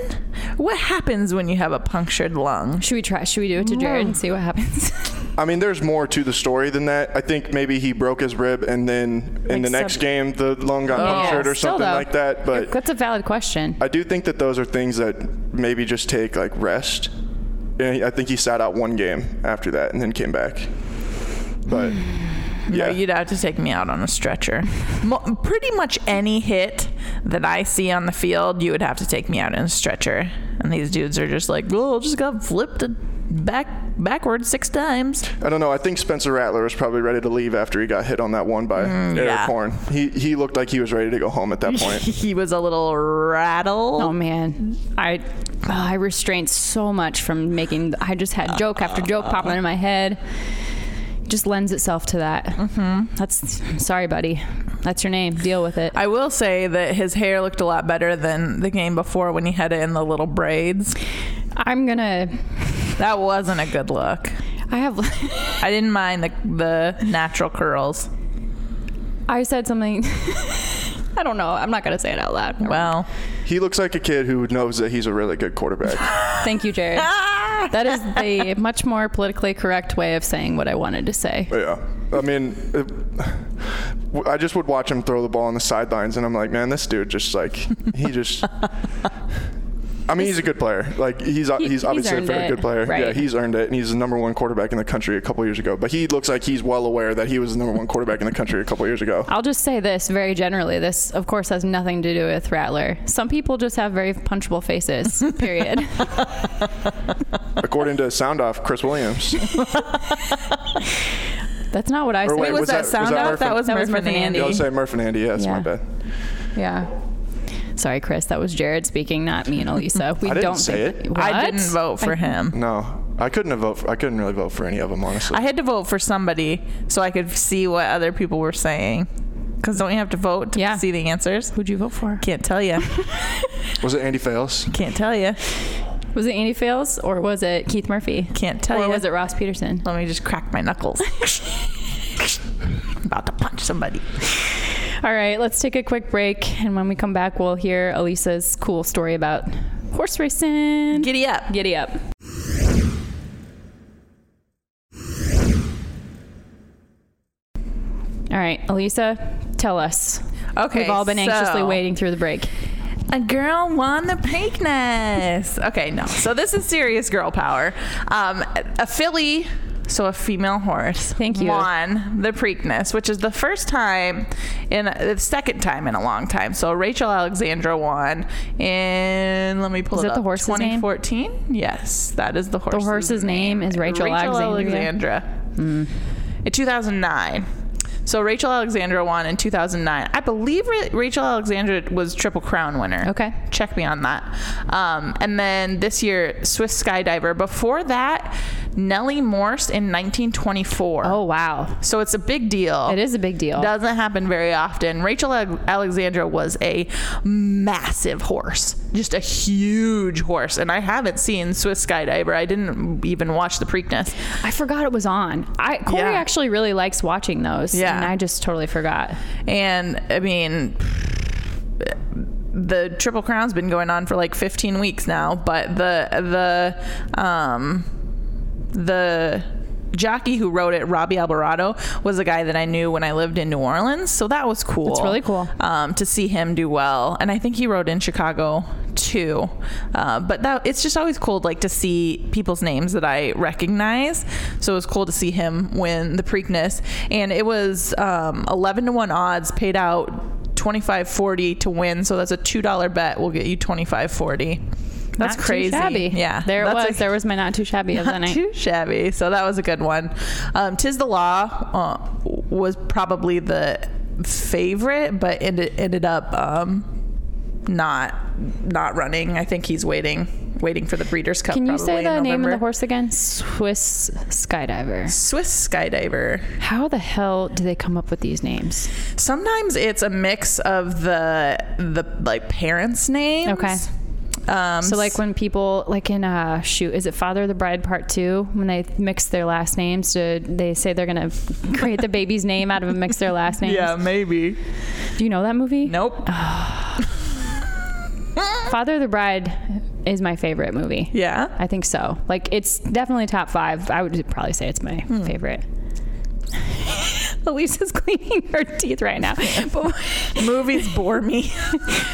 Speaker 3: what happens when you have a punctured lung
Speaker 1: Should we try? Should we do it to Jared and see what happens?
Speaker 2: I mean, there's more to the story than that. I think maybe he broke his rib, and then
Speaker 1: Like
Speaker 2: in the next
Speaker 1: some- Oh,
Speaker 2: game, the lung got punctured or
Speaker 1: Still,
Speaker 2: something
Speaker 1: though,
Speaker 2: like that. But
Speaker 1: That's a valid question.
Speaker 2: I do think that those are things that maybe just take like rest. And he- I think he sat out one game after that and then came back. But yeah,
Speaker 3: No, you'd have to take me out on a stretcher Mo- pretty much any hit that i see on the field you would have to take me out in a stretcher and these dudes are just like oh just got flipped back backwards six times
Speaker 2: I don't know. I think Spencer Rattler was probably ready to leave after he got hit on that one by Eric
Speaker 3: yeah.
Speaker 2: Horn. He he looked like he was ready to go home at that point.
Speaker 3: he was a little rattled
Speaker 1: Oh man, I oh, I restrained so much from making. I just had joke after joke popping in my head. Just lends itself to that. Mm-hmm. That's sorry, buddy. That's your name. Deal with it.
Speaker 3: I will say that his hair looked a lot better than the game before when he had it in the little braids.
Speaker 1: I'm gonna.
Speaker 3: That wasn't a good look.
Speaker 1: I have.
Speaker 3: I didn't mind the the natural curls.
Speaker 1: I said something. I don't know. I'm not going to say it out loud.
Speaker 3: Well,
Speaker 2: he looks like a kid who knows that he's a really good quarterback.
Speaker 1: Thank you, Jared. that is the much more politically correct way of saying what I wanted to say.
Speaker 2: But yeah, I mean, it, I just would watch him throw the ball on the sidelines, and I'm like, man, this dude just like he just. I mean, he's a good player. Like he's
Speaker 1: He- he's
Speaker 2: he's obviously
Speaker 1: earned
Speaker 2: a very
Speaker 1: it,
Speaker 2: good player. Yeah,
Speaker 1: right.
Speaker 2: he's earned it, and he's the number one quarterback in the country a couple years ago. But he looks like he's well aware that he was the number one quarterback in the country a couple years ago.
Speaker 1: I'll just say this very generally. This, of course, has nothing to do with Rattler. Some people just have very punchable faces, period.
Speaker 2: According to Sound Off, Chris Williams.
Speaker 1: That's not what I said.
Speaker 2: wait,
Speaker 3: Wait, was,
Speaker 2: was
Speaker 3: that,
Speaker 2: that- was
Speaker 3: sound
Speaker 2: that
Speaker 3: off?
Speaker 2: Murph
Speaker 3: That
Speaker 2: and-
Speaker 3: was
Speaker 1: That
Speaker 3: Murph,
Speaker 1: was Murph
Speaker 3: and
Speaker 1: and
Speaker 3: Andy.
Speaker 2: I would say Murph and Andy. Yes,
Speaker 1: Yeah.
Speaker 2: my bad.
Speaker 1: Yeah. Sorry, Chris. That was Jared speaking, not me and Elisa. We
Speaker 2: I didn't
Speaker 1: don't
Speaker 2: say
Speaker 1: think
Speaker 2: it.
Speaker 1: What?
Speaker 3: I didn't vote for him.
Speaker 2: No, I couldn't have vote. For, I couldn't really vote for any of them, honestly.
Speaker 3: I had to vote for somebody so I could see what other people were saying. Because don't you have to vote to
Speaker 1: Yeah.
Speaker 3: see the answers?
Speaker 1: Who'd you vote for?
Speaker 3: Can't tell you.
Speaker 2: was it Andy Fales?
Speaker 3: Can't tell you.
Speaker 1: Was it Andy Fales or was it Keith Murphy?
Speaker 3: Can't tell
Speaker 1: Or
Speaker 3: you.
Speaker 1: was it Ross Peterson?
Speaker 3: Let me just crack my knuckles. I'm about to punch somebody.
Speaker 1: All right, let's take a quick break. And when we come back, we'll hear Elisa's cool story about horse racing.
Speaker 3: Giddy up.
Speaker 1: Giddy up. All right, Elisa, tell us.
Speaker 3: Okay.
Speaker 1: We've all been anxiously
Speaker 3: so-
Speaker 1: waiting through the break.
Speaker 3: A girl won the Preakness. Okay, no. So this is serious girl power. Um, a filly, so a female horse,
Speaker 1: Thank you.
Speaker 3: won the Preakness, which is the first time in the second time in a long time. So Rachel Alexandra won in let me pull
Speaker 1: Is
Speaker 3: it
Speaker 1: that
Speaker 3: up.
Speaker 1: the horse's name?
Speaker 3: 2014. Yes, that is the horse.
Speaker 1: horse's name is Rachel Alexandria.
Speaker 3: Alexandra. In 2009. So Rachel Alexandra won in 2009. I believe Ra- Rachel Alexandra was Triple Crown winner.
Speaker 1: Okay.
Speaker 3: Check me on that. Um, and then this year, Swiss skydiver. Before that, Nellie Morse in 1924.
Speaker 1: Oh, wow.
Speaker 3: So it's a big deal.
Speaker 1: It is a big deal.
Speaker 3: Doesn't happen very often. Rachel Ale- Alexandra was a massive horse, just a huge horse. And I haven't seen Swiss Skydiver. I didn't even watch the Preakness.
Speaker 1: I forgot it was on. I Corey
Speaker 3: Yeah.
Speaker 1: actually really likes watching those.
Speaker 3: Yeah.
Speaker 1: And I just totally forgot.
Speaker 3: And I mean, the Triple Crown's been going on for like 15 weeks now, but the the um the jockey who wrote it, Robbie Alvarado, was a guy that I knew when I lived in New Orleans, so that was cool.
Speaker 1: That's really cool.
Speaker 3: um, to see him do well. And I think he rode in Chicago too. Uh, but that it's just always cool like to see people's names that I recognize. So it was cool to see him win the Preakness, and it was um, eleven to one odds paid out twenty five forty to win. So that's a two dollar bet will get you twenty five forty. That's
Speaker 1: Not too
Speaker 3: crazy.
Speaker 1: shabby.
Speaker 3: Yeah,
Speaker 1: There it
Speaker 3: that's
Speaker 1: was.
Speaker 3: a-
Speaker 1: there was my not too shabby of the
Speaker 3: not
Speaker 1: night.
Speaker 3: too shabby. So that was a good one. Um, Tis the Law uh, was probably the favorite, but ended ended up um, not not running. I think he's waiting waiting for the Breeders' Cup.
Speaker 1: Can you
Speaker 3: probably
Speaker 1: say
Speaker 3: in
Speaker 1: the name of
Speaker 3: November.
Speaker 1: the horse again? Swiss Skydiver.
Speaker 3: Swiss skydiver.
Speaker 1: How the hell do they come up with these names?
Speaker 3: Sometimes it's a mix of the the like parents' names.
Speaker 1: Okay.
Speaker 3: Um,
Speaker 1: So like when people like in uh shoot is it Father of the Bride Part 2 when they mix their last names to they say they're going to create the baby's name out of a mix their last names. Uh,
Speaker 3: yeah, maybe.
Speaker 1: Do you know that movie?
Speaker 3: Nope.
Speaker 1: Father of the Bride is my favorite movie.
Speaker 3: Yeah.
Speaker 1: I think so. Like it's definitely top 5. I would probably say it's my
Speaker 3: Hmm.
Speaker 1: favorite. Elisa's cleaning her teeth right now. But
Speaker 3: Movies bore me.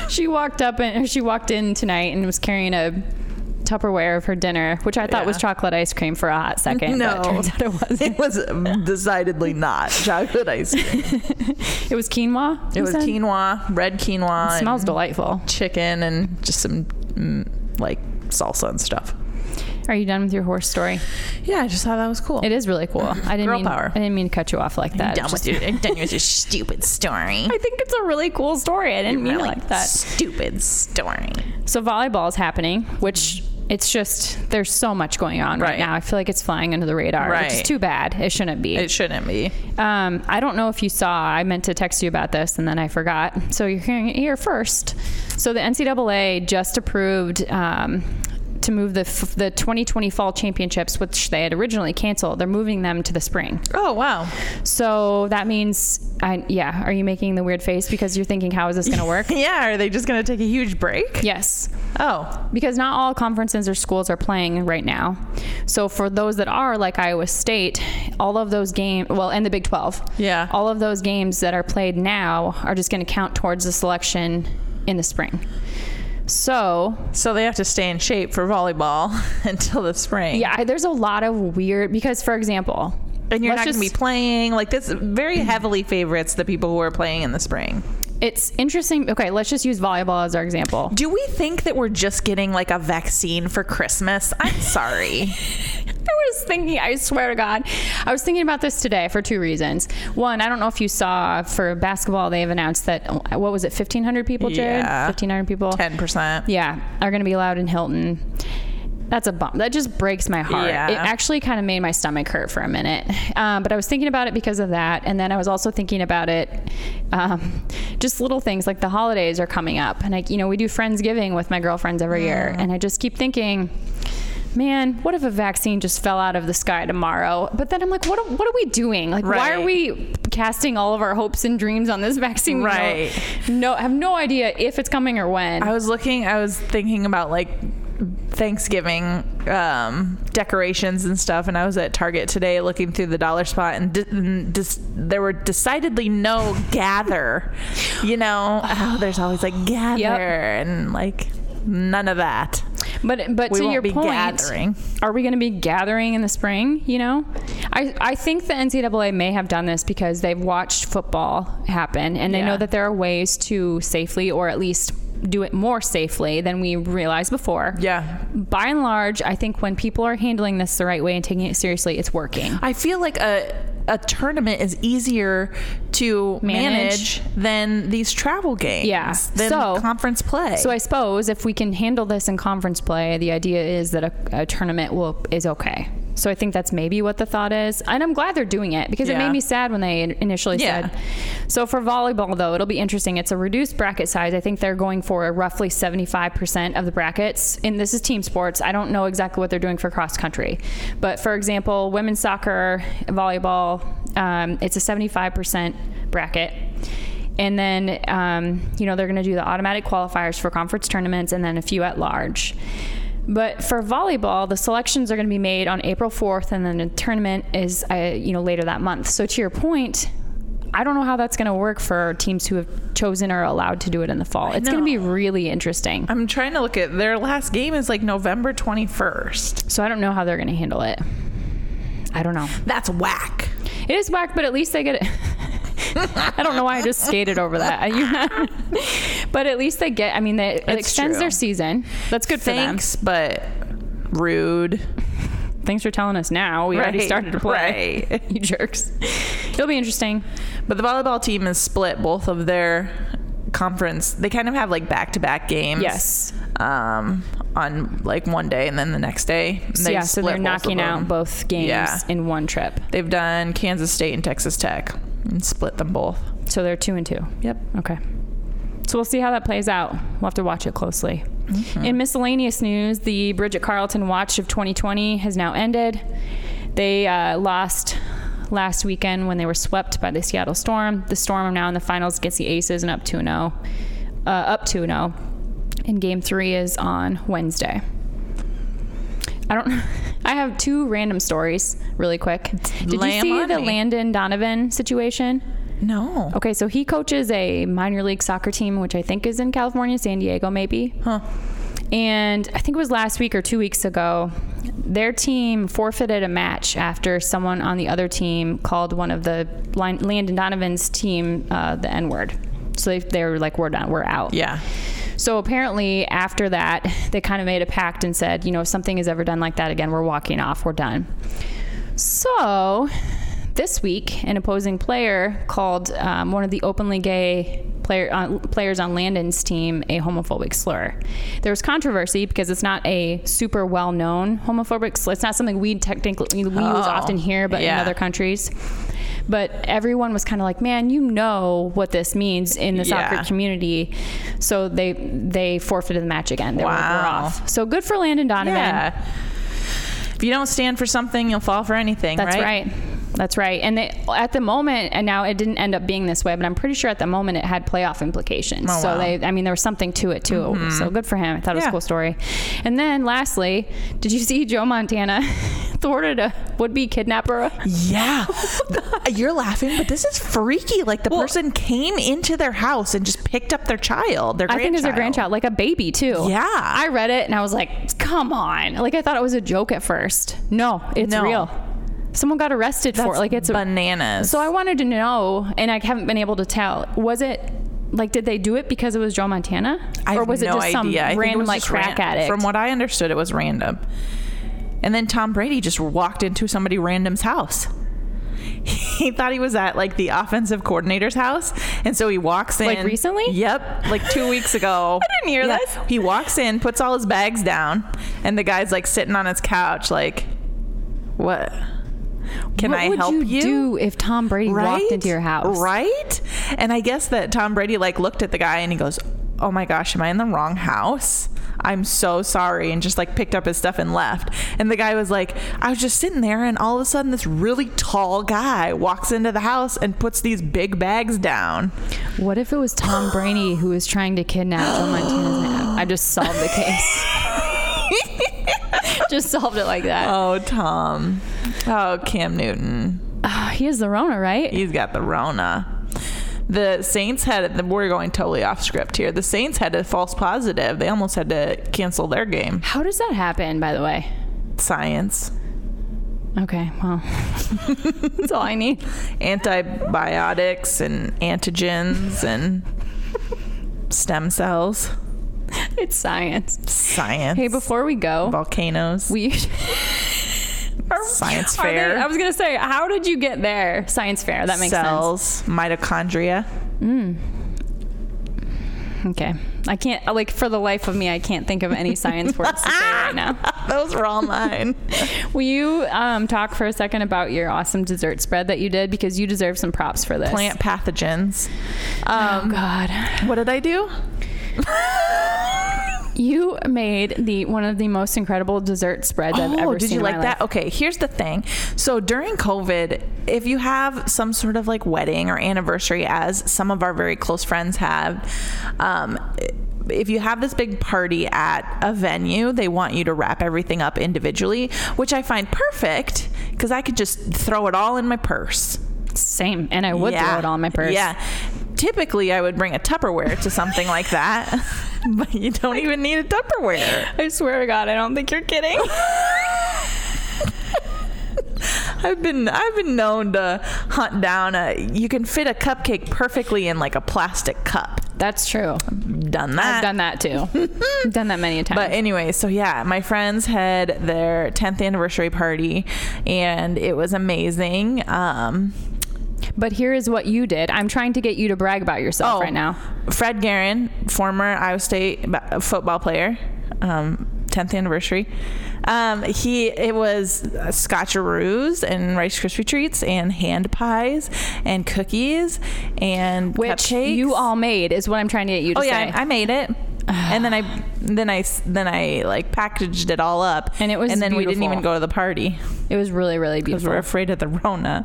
Speaker 1: she walked up and or she walked in tonight and was carrying a Tupperware of her dinner, which I thought
Speaker 3: Yeah.
Speaker 1: was chocolate ice cream for a hot second.
Speaker 3: No,
Speaker 1: but it turns out it wasn't.
Speaker 3: It was decidedly not chocolate ice cream.
Speaker 1: It was quinoa.
Speaker 3: It
Speaker 1: you
Speaker 3: was
Speaker 1: said?
Speaker 3: quinoa, red quinoa,
Speaker 1: It
Speaker 3: and
Speaker 1: smells delightful.
Speaker 3: chicken, and just some mm, like salsa and stuff.
Speaker 1: Are you done with your horse story?
Speaker 3: Yeah, I just thought that was cool.
Speaker 1: It is really cool. I didn't
Speaker 3: Girl
Speaker 1: mean
Speaker 3: power.
Speaker 1: I didn't mean to cut you off like that.
Speaker 3: Done with
Speaker 1: Just-
Speaker 3: your, done with your stupid story.
Speaker 1: I think it's a really cool story. I didn't mean it
Speaker 3: Really
Speaker 1: like that.
Speaker 3: Stupid story.
Speaker 1: So volleyball is happening, which it's just there's so much going on right,
Speaker 3: Right.
Speaker 1: now. I feel like it's flying under the radar, which is
Speaker 3: Right.
Speaker 1: too bad. It shouldn't be.
Speaker 3: It shouldn't be.
Speaker 1: Um, I don't know if you saw, I meant to text you about this and then I forgot. So you're hearing it here first. So the NCAA just approved. Um, to move the, f- the 2020 fall championships, which they had originally canceled, they're moving them to the spring.
Speaker 3: Oh wow.
Speaker 1: So that means, I, yeah, are you making the weird face because you're thinking, how is this going to work?
Speaker 3: Yeah, are they just gonna take a huge break?
Speaker 1: yes.
Speaker 3: Oh,
Speaker 1: because not all conferences or schools are playing right now. So for those that are, like Iowa State, all of those games, well, and the Big 12,
Speaker 3: Yeah.
Speaker 1: all of those games that are played now are just going to count towards the selection in the spring. So
Speaker 3: So they have to stay in shape for volleyball until the spring.
Speaker 1: yeah, I, there's a lot of weird because, for example,
Speaker 3: And you're
Speaker 1: let's
Speaker 3: not going to be playing. Like, this very heavily favorites the people who are playing in the spring.
Speaker 1: It's interesting. Okay, let's just use volleyball as our example.
Speaker 3: Do we think that we're just getting like a vaccine for Christmas? I'm sorry.
Speaker 1: I was thinking, I swear to God, I was thinking about this today for two reasons. One, I don't know if you saw for basketball, they've announced that, what was it, 1,500 people, Jared?
Speaker 3: Yeah.
Speaker 1: 1,500 people?
Speaker 3: 10%.
Speaker 1: Yeah, are going to be allowed in Hilton. That's a bump. That just breaks my heart.
Speaker 3: Yeah.
Speaker 1: It actually kind of made my stomach hurt for a minute. Um, but I was thinking about it because of that. And then I was also thinking about it, um, just little things like the holidays are coming up. And, I, you know, we do Friendsgiving with my girlfriends every year.
Speaker 3: Mm.
Speaker 1: And I just keep thinking, man, what if a vaccine just fell out of the sky tomorrow? But then I'm like, what, what are we doing? Like, why are
Speaker 3: Right.
Speaker 1: we casting all of our hopes and dreams on this vaccine? We don't-
Speaker 3: Right.
Speaker 1: No, have no idea if it's coming or when.
Speaker 3: I was looking, I was thinking about like Thanksgiving um, decorations and stuff, and I was at Target today looking through the dollar spot, and, di- and dis- there were decidedly no gather. You know, oh, there's always like gather and like none of that.
Speaker 1: But but
Speaker 3: We
Speaker 1: to
Speaker 3: won't
Speaker 1: your
Speaker 3: be
Speaker 1: point,
Speaker 3: gathering.
Speaker 1: are we going to be gathering in the spring? You know, I I think the NCAA may have done this because they've watched football happen and they know
Speaker 3: Yeah.
Speaker 1: that there are ways to safely or at least do it more safely than we realized before.
Speaker 3: Yeah.
Speaker 1: By and large, I think when people are handling this the right way and taking it seriously, it's working.
Speaker 3: I feel like a a tournament is easier to
Speaker 1: Manage.
Speaker 3: manage, than these travel games.
Speaker 1: Yeah.
Speaker 3: Than
Speaker 1: So-
Speaker 3: conference play.
Speaker 1: So I suppose if we can handle this in conference play, the idea is that a, a tournament will is okay. So I think that's maybe what the thought is, and I'm glad they're doing it because it
Speaker 3: Yeah.
Speaker 1: made me sad when they in- initially
Speaker 3: Yeah.
Speaker 1: said. So for volleyball though, it'll be interesting. It's a reduced bracket size. I think they're going for roughly 75% of the brackets, and this is team sports. I don't know exactly what they're doing for cross country, but for example, women's soccer, volleyball, um, it's a 75% bracket. And then, um, you know, they're going to do the automatic qualifiers for conference tournaments and then a few at large. But for volleyball, the selections are going to be made on April 4th, and then the tournament is, uh, you know, later that month. So to your point, I don't know how that's going to work for teams who have chosen or are allowed to do it in the fall. It's going to be really interesting.
Speaker 3: I'm trying to look at their last game is like November 21st.
Speaker 1: So I don't know how they're going to handle it. I don't know.
Speaker 3: That's whack.
Speaker 1: It is whack, but at least they get it. I don't know why I just skated over that. You- but at least they get. I mean, they, it
Speaker 3: It's
Speaker 1: extends
Speaker 3: true.
Speaker 1: their season. That's good
Speaker 3: Thanks, but rude.
Speaker 1: for them. Thanks for telling us now. We already
Speaker 3: Right,
Speaker 1: started to play.
Speaker 3: right.
Speaker 1: you jerks. It'll be interesting.
Speaker 3: But the volleyball team is split both of their conference. They kind of have like back-to-back games.
Speaker 1: Yes.
Speaker 3: Um on like one day and then the next day. And they
Speaker 1: yeah. So
Speaker 3: split
Speaker 1: they're
Speaker 3: both of
Speaker 1: knocking out
Speaker 3: them.
Speaker 1: both games
Speaker 3: Yeah.
Speaker 1: in one trip.
Speaker 3: They've done Kansas State and Texas Tech and split them both.
Speaker 1: So they're two and two.
Speaker 3: Yep.
Speaker 1: Okay. So we'll see how that plays out. We'll have to watch it closely. In miscellaneous news, the Bridget Carlton Watch of 2020 has now ended. They uh, lost last weekend when they were swept by the Seattle Storm. The Storm are now in the finals against the Aces and up 2 0. Uh, up 2 0. And game three is on Wednesday. I don't. I have two random stories really quick. Did
Speaker 3: Lay
Speaker 1: you
Speaker 3: 'em
Speaker 1: see
Speaker 3: on
Speaker 1: the
Speaker 3: me.
Speaker 1: Landon Donovan situation?
Speaker 3: No.
Speaker 1: Okay, so he coaches a minor league soccer team, which I think is in California, San Diego, maybe.
Speaker 3: Huh.
Speaker 1: And I think it was last week or two weeks ago, their team forfeited a match after someone on the other team called one of the Lin- Landon Donovan's team uh, the N word. So they, they were like, we're done, we're out.
Speaker 3: Yeah.
Speaker 1: So apparently, after that, they kind of made a pact and said, you know, if something is ever done like that again, we're walking off, we're done. So this week, an opposing player called um, one of the openly gay player, uh, players on Landon's team a homophobic slur. There was controversy because it's not a super well known homophobic slur. It's not something we technically, we use
Speaker 3: Oh,
Speaker 1: often here, but in
Speaker 3: yeah.
Speaker 1: other countries. But everyone was kind of like, man, you know what this means in the soccer
Speaker 3: Yeah.
Speaker 1: community community. So they they forfeited the match again. They were, like, we're
Speaker 3: Wow.
Speaker 1: off. So good for Landon Donovan.
Speaker 3: Yeah. If you don't stand for something, you'll fall for anything,
Speaker 1: That's right. That's right. And they, at the moment, and now it didn't end up being this way, but I'm pretty sure at the moment it had playoff implications.
Speaker 3: Oh,
Speaker 1: so
Speaker 3: wow. Mm-hmm.
Speaker 1: they, I mean, there was something to it too. So good for him. I thought it was a
Speaker 3: Yeah.
Speaker 1: cool story. And then lastly, did you see Joe Montana? thwarted a would-be kidnapper.
Speaker 3: Yeah. You're laughing, but this is freaky. Like the person came into their house and just picked up their child, their
Speaker 1: I think it's
Speaker 3: grandchild.
Speaker 1: a grandchild, like a baby too.
Speaker 3: Yeah.
Speaker 1: I read it and I was like, come on. Like I thought it was a joke at first. No, it's
Speaker 3: No.
Speaker 1: real. Someone got arrested for it. Like it's a
Speaker 3: bananas.
Speaker 1: So I wanted to know, and I haven't been able to tell. Was it like did they do it because it was Joe Montana,
Speaker 3: I
Speaker 1: or
Speaker 3: have
Speaker 1: was it
Speaker 3: no
Speaker 1: just some
Speaker 3: idea. I think it
Speaker 1: random
Speaker 3: was
Speaker 1: like
Speaker 3: just
Speaker 1: crack
Speaker 3: ran-
Speaker 1: addict?
Speaker 3: From what I understood, it was random. And then Tom Brady just walked into somebody random's house. He thought he was at like the offensive coordinator's house, and so he walks in.
Speaker 1: Like recently?
Speaker 3: Yep, like two weeks ago.
Speaker 1: I didn't hear this.
Speaker 3: He walks in, puts all his bags down, and the guy's like sitting on his couch, like, "What? Can
Speaker 1: what
Speaker 3: I
Speaker 1: would
Speaker 3: help
Speaker 1: you,
Speaker 3: you?"
Speaker 1: do if Tom Brady walked into your house?
Speaker 3: right and i guess that tom brady like looked at the guy and he goes oh my gosh am i in the wrong house i'm so sorry and just like picked up his stuff and left and the guy was like i was just sitting there and all of a sudden this really tall guy walks into the house and puts these big bags down
Speaker 1: What if it was Tom Brady who was trying to kidnap Joe Montana's man? I just solved the case. just solved it like that.
Speaker 3: oh tom oh cam newton
Speaker 1: he is the Rona, right?
Speaker 3: He's got the Rona. The Saints had we're going totally off script here. The Saints had a false positive. They almost had to cancel their game.
Speaker 1: How does that happen, by the way?
Speaker 3: Science.
Speaker 1: Okay, well, that's all I need.
Speaker 3: Antibiotics and antigens and stem cells.
Speaker 1: It's science.
Speaker 3: Science.
Speaker 1: Hey, before we go,
Speaker 3: volcanoes.
Speaker 1: we
Speaker 3: science
Speaker 1: Are they-
Speaker 3: fair.
Speaker 1: I was gonna say, how did you get there? Science fair. That makes
Speaker 3: cells, mitochondria.
Speaker 1: sense. Okay, I can't. Like for the life of me, I can't think of any science words to say right now.
Speaker 3: Those were all mine.
Speaker 1: Will you um, talk for a second about your awesome dessert spread that you did because you deserve some props for this.
Speaker 3: Plant Um, pathogens.
Speaker 1: Oh God,
Speaker 3: What did I do?
Speaker 1: you made the one of the most incredible dessert spreads I've ever
Speaker 3: Oh, did
Speaker 1: seen.
Speaker 3: you
Speaker 1: in my
Speaker 3: like that?
Speaker 1: life.
Speaker 3: Okay, here's the thing. So during COVID, if you have some sort of like wedding or anniversary, as some of our very close friends have, um, if you have this big party at a venue, they want you to wrap everything up individually, which I find perfect because I could just throw it all in my purse.
Speaker 1: Same, and I would
Speaker 3: Yeah.
Speaker 1: throw it all in my purse.
Speaker 3: Yeah. Typically, I would bring a Tupperware to something like that, but you don't even need a Tupperware.
Speaker 1: I swear to God, I don't think you're kidding.
Speaker 3: I've been I've been known to hunt down a you can fit a cupcake perfectly in like a plastic cup.
Speaker 1: That's true.
Speaker 3: Done that.
Speaker 1: I've done that too. I've done that many a time.
Speaker 3: Uh, But anyway, so yeah, my friends had their 10th anniversary party and it was amazing. Um
Speaker 1: But here is what you did. I'm trying to get you to brag about
Speaker 3: Oh.
Speaker 1: yourself right now.
Speaker 3: Fred Guerin, former Iowa State ba- football player, um, 10th anniversary. Um, he it was uh, scotcheroos and Rice Krispie treats and hand pies and cookies and
Speaker 1: Which
Speaker 3: cupcakes.
Speaker 1: you all made is what I'm trying to get you to
Speaker 3: Oh
Speaker 1: say.
Speaker 3: yeah, I, I made it. And then I, then I, s- then I like packaged it all up,
Speaker 1: And it was
Speaker 3: and then we didn't
Speaker 1: beautiful.
Speaker 3: even go to the party
Speaker 1: it was really, really
Speaker 3: because
Speaker 1: beautiful.
Speaker 3: we're afraid of the Rona.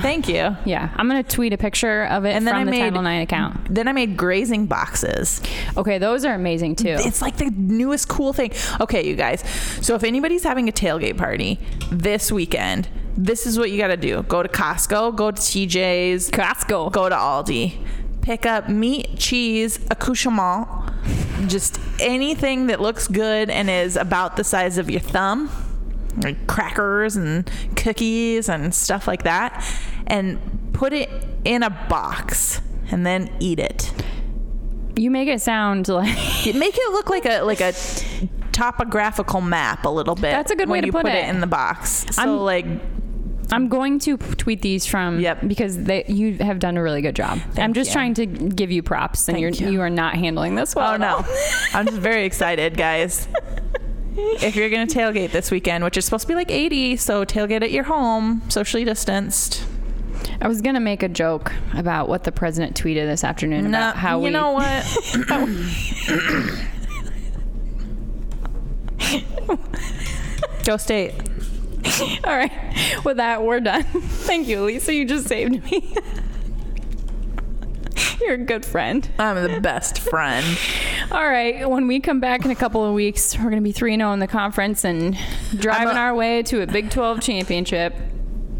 Speaker 3: Thank you.
Speaker 1: Yeah, I'm gonna tweet a picture of it
Speaker 3: And then
Speaker 1: from
Speaker 3: I
Speaker 1: the
Speaker 3: made-
Speaker 1: Title Nine account.
Speaker 3: Then I made grazing boxes.
Speaker 1: Okay, those are amazing too.
Speaker 3: It's like the newest cool thing. Okay, you guys. So if anybody's having a tailgate party this weekend, this is what you got to do: go to Costco, go to TJ's,
Speaker 1: Costco.
Speaker 3: go to Aldi, pick up meat, cheese, accouchement, just anything that looks good and is about the size of your thumb, like crackers and cookies and stuff like that, and put it in a box and then eat it.
Speaker 1: You make it sound like
Speaker 3: Make it look like a like a topographical map a little bit.
Speaker 1: That's a good way
Speaker 3: when
Speaker 1: to
Speaker 3: you
Speaker 1: put
Speaker 3: put
Speaker 1: it.
Speaker 3: in the box. So
Speaker 1: I'm-
Speaker 3: like oh,
Speaker 1: I'm going to tweet these from
Speaker 3: Yep.
Speaker 1: because they, you have done a really good job. I'm just
Speaker 3: you.
Speaker 1: trying to give you props, and you're
Speaker 3: Thank
Speaker 1: you.
Speaker 3: you.
Speaker 1: are not handling this well.
Speaker 3: Oh
Speaker 1: at
Speaker 3: no.
Speaker 1: all.
Speaker 3: I'm just very excited, guys. If you're going to tailgate this weekend, which is supposed to be like 80, so tailgate at your home, socially distanced.
Speaker 1: I was gonna make a joke about what the president tweeted this afternoon
Speaker 3: No,
Speaker 1: about how
Speaker 3: you
Speaker 1: we
Speaker 3: know what? Go State.
Speaker 1: All right. With that, we're done. Thank you, Lisa. You just saved me. You're a good friend.
Speaker 3: I'm the best friend.
Speaker 1: All right. When we come back in a couple of weeks, we're going to be 3 0 in the conference and driving
Speaker 3: a-
Speaker 1: our way to a Big 12 championship.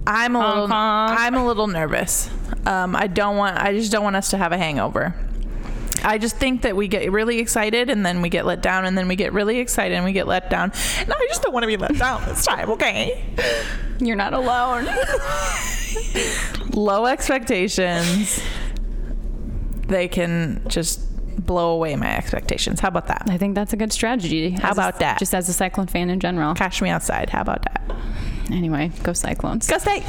Speaker 3: I'm a little,
Speaker 1: Kong.
Speaker 3: I'm a little nervous. Um, I don't want. I just don't want us to have a hangover. I just think that we get really excited and then we get let down and then we get really excited and we get let down. No, I just don't want to be let down this time. Okay.
Speaker 1: You're not alone.
Speaker 3: Low expectations. They can just blow away my expectations. How about that?
Speaker 1: I think that's a good strategy. How
Speaker 3: about that?
Speaker 1: Just as a Cyclone fan in general.
Speaker 3: Cash me outside. How about that?
Speaker 1: Anyway, go Cyclones.
Speaker 3: Go state.